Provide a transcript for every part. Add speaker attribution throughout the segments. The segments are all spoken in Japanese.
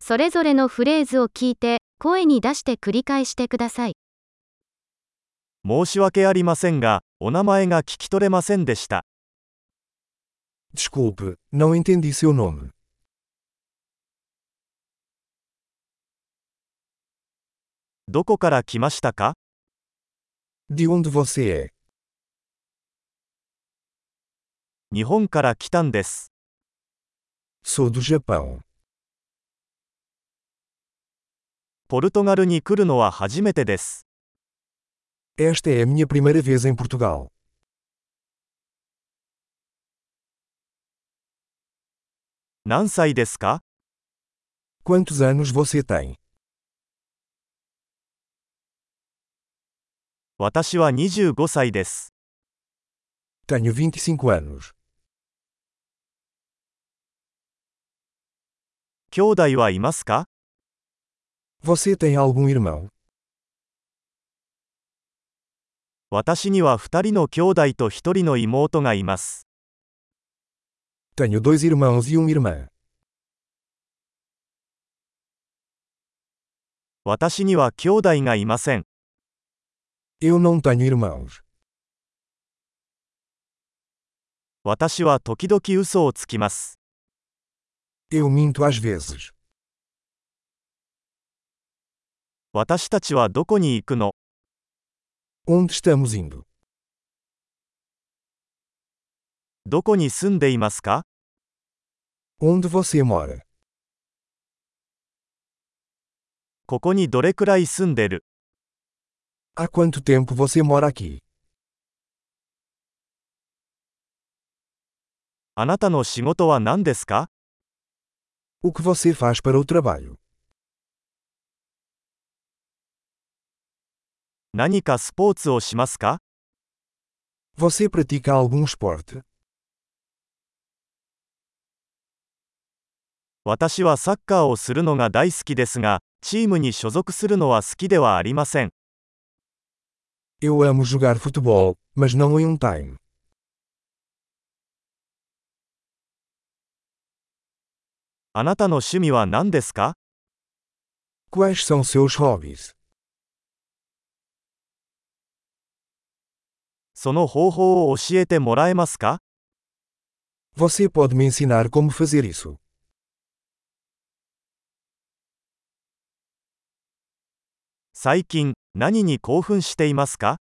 Speaker 1: それぞれのフレーズを聞いて、声に出して繰り返してください。
Speaker 2: 申し訳ありませんが、お名前が聞き取れませんでした。
Speaker 3: Desculpe, não entendi seu nome.
Speaker 2: どこから来ましたか
Speaker 3: De onde você é?
Speaker 2: 日本から来たんです。
Speaker 3: Sou do Japão.
Speaker 2: ポルトガルに来るのは初めてです。
Speaker 3: Esta é a minha primeira vez em Portugal.
Speaker 2: 何歳ですか
Speaker 3: Quantos anos você tem?
Speaker 2: 私は25歳です。
Speaker 3: Tenho 25 anos.
Speaker 2: 兄弟はいますか
Speaker 3: Você tem algum irmão?
Speaker 2: 私には2人の兄弟と1人の妹がいます。
Speaker 3: Tenho dois irmãos e uma irmã.
Speaker 2: 私には兄弟がいません。
Speaker 3: Eu não tenho irmãos.
Speaker 2: 私は時々嘘をつきます。
Speaker 3: Eu minto às vezes.
Speaker 2: 私たちはどこに行くの
Speaker 3: Onde estamos indo?
Speaker 2: どこに住んでいますか
Speaker 3: Onde você mora?
Speaker 2: ここにどれくらい住んでる
Speaker 3: Há quanto tempo você mora aqui?
Speaker 2: あなたの仕事は何ですか
Speaker 3: O que você faz para o trabalho?
Speaker 2: 何かスポーツをしますか
Speaker 3: Você pratica algum esporte?
Speaker 2: 私はサッカーをするのが大好きですが、チームに所属するのは好きではありません。
Speaker 3: Eu amo jogar futebol, mas não em um time.
Speaker 2: あなたの趣味は何ですか
Speaker 3: Quais são seus hobbies?
Speaker 2: その方法を教えてもらえますか
Speaker 3: Você pode me ensinar como fazer isso?
Speaker 2: 最近、何に興奮していますか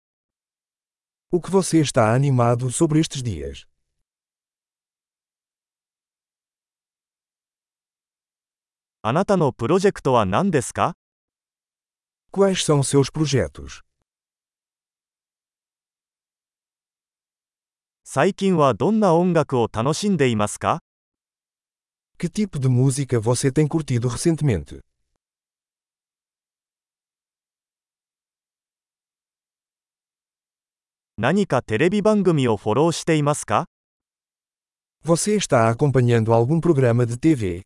Speaker 3: O que você está animado sobre estes dias?
Speaker 2: あなたのプロジェクトは何ですか
Speaker 3: Quais são seus projetos?
Speaker 2: 最近はどんな音楽を楽しんでいますか
Speaker 3: Que tipo de música você tem curtido recentemente?
Speaker 2: 何かテレビ番組をフォローしていますか
Speaker 3: Você está acompanhando algum programa de TV?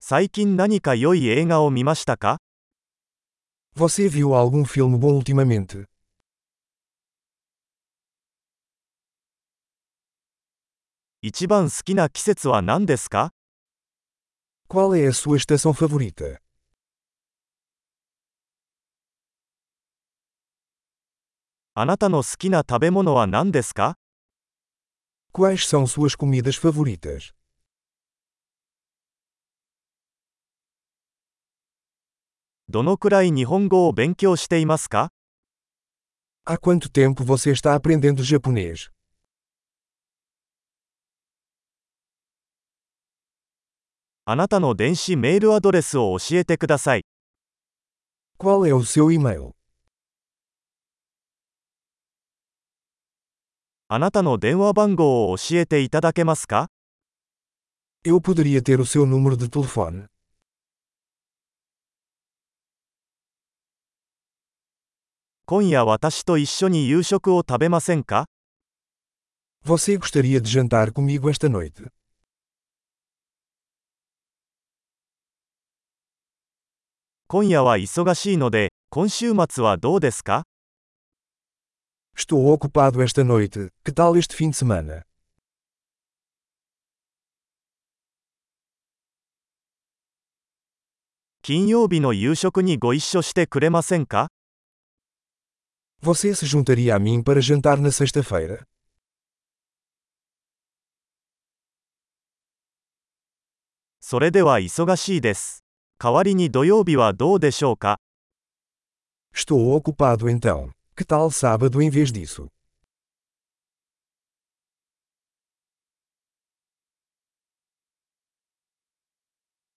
Speaker 2: 最近何か良い映画を見ましたか
Speaker 3: Você viu algum filme bom ultimamente?
Speaker 2: 一番好きな季節は何ですか
Speaker 3: Qual é a sua estação favorita?
Speaker 2: あなたの好きな食べ物は何ですか
Speaker 3: Quais são suas comidas favoritas?
Speaker 2: どのくらい日本語を勉強していますか
Speaker 3: Há quanto tempo você está aprendendo japonês?
Speaker 2: あなたの電子メールアドレスを教えてください。
Speaker 3: Qual é o seu e-mail?
Speaker 2: あなたの電話番号を教えていただけますか
Speaker 3: Eu poderia ter o seu número de telefone?
Speaker 2: 今夜私と一緒に夕食を食べませんか
Speaker 3: Você gostaria de jantar comigo esta noite?
Speaker 2: 今夜は忙しいので、今週末はどうですか
Speaker 3: Estou ocupado esta noite, que tal este fim de semana?
Speaker 2: 金曜日の夕食にご一緒してくれませんか
Speaker 3: Você se juntaria a mim para jantar na sexta-feira?
Speaker 2: それでは忙しいです。代わりに土曜日はどうでしょうか
Speaker 3: Estou ocupado então. Que tal sábado em vez disso?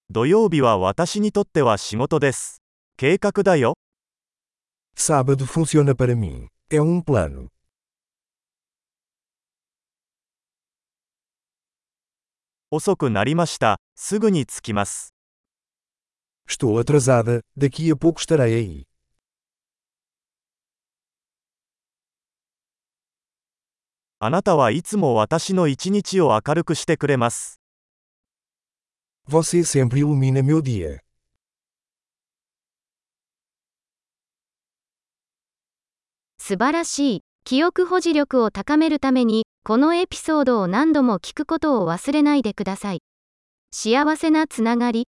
Speaker 2: 土曜日は私にとっては仕事です。計画だよ。
Speaker 3: Sábado funciona para mim. É um plano.
Speaker 2: 遅くなりました。すぐに着きます。
Speaker 3: Estou atrasada, daqui a pouco estarei aí.
Speaker 2: あなたはいつも私の一日を明るくしてくれます。
Speaker 3: Você sempre ilumina meu dia.
Speaker 1: 素晴らしい。記憶保持力を高めるために、このエピソードを何度も聞くことを忘れないでください。幸せなつながり。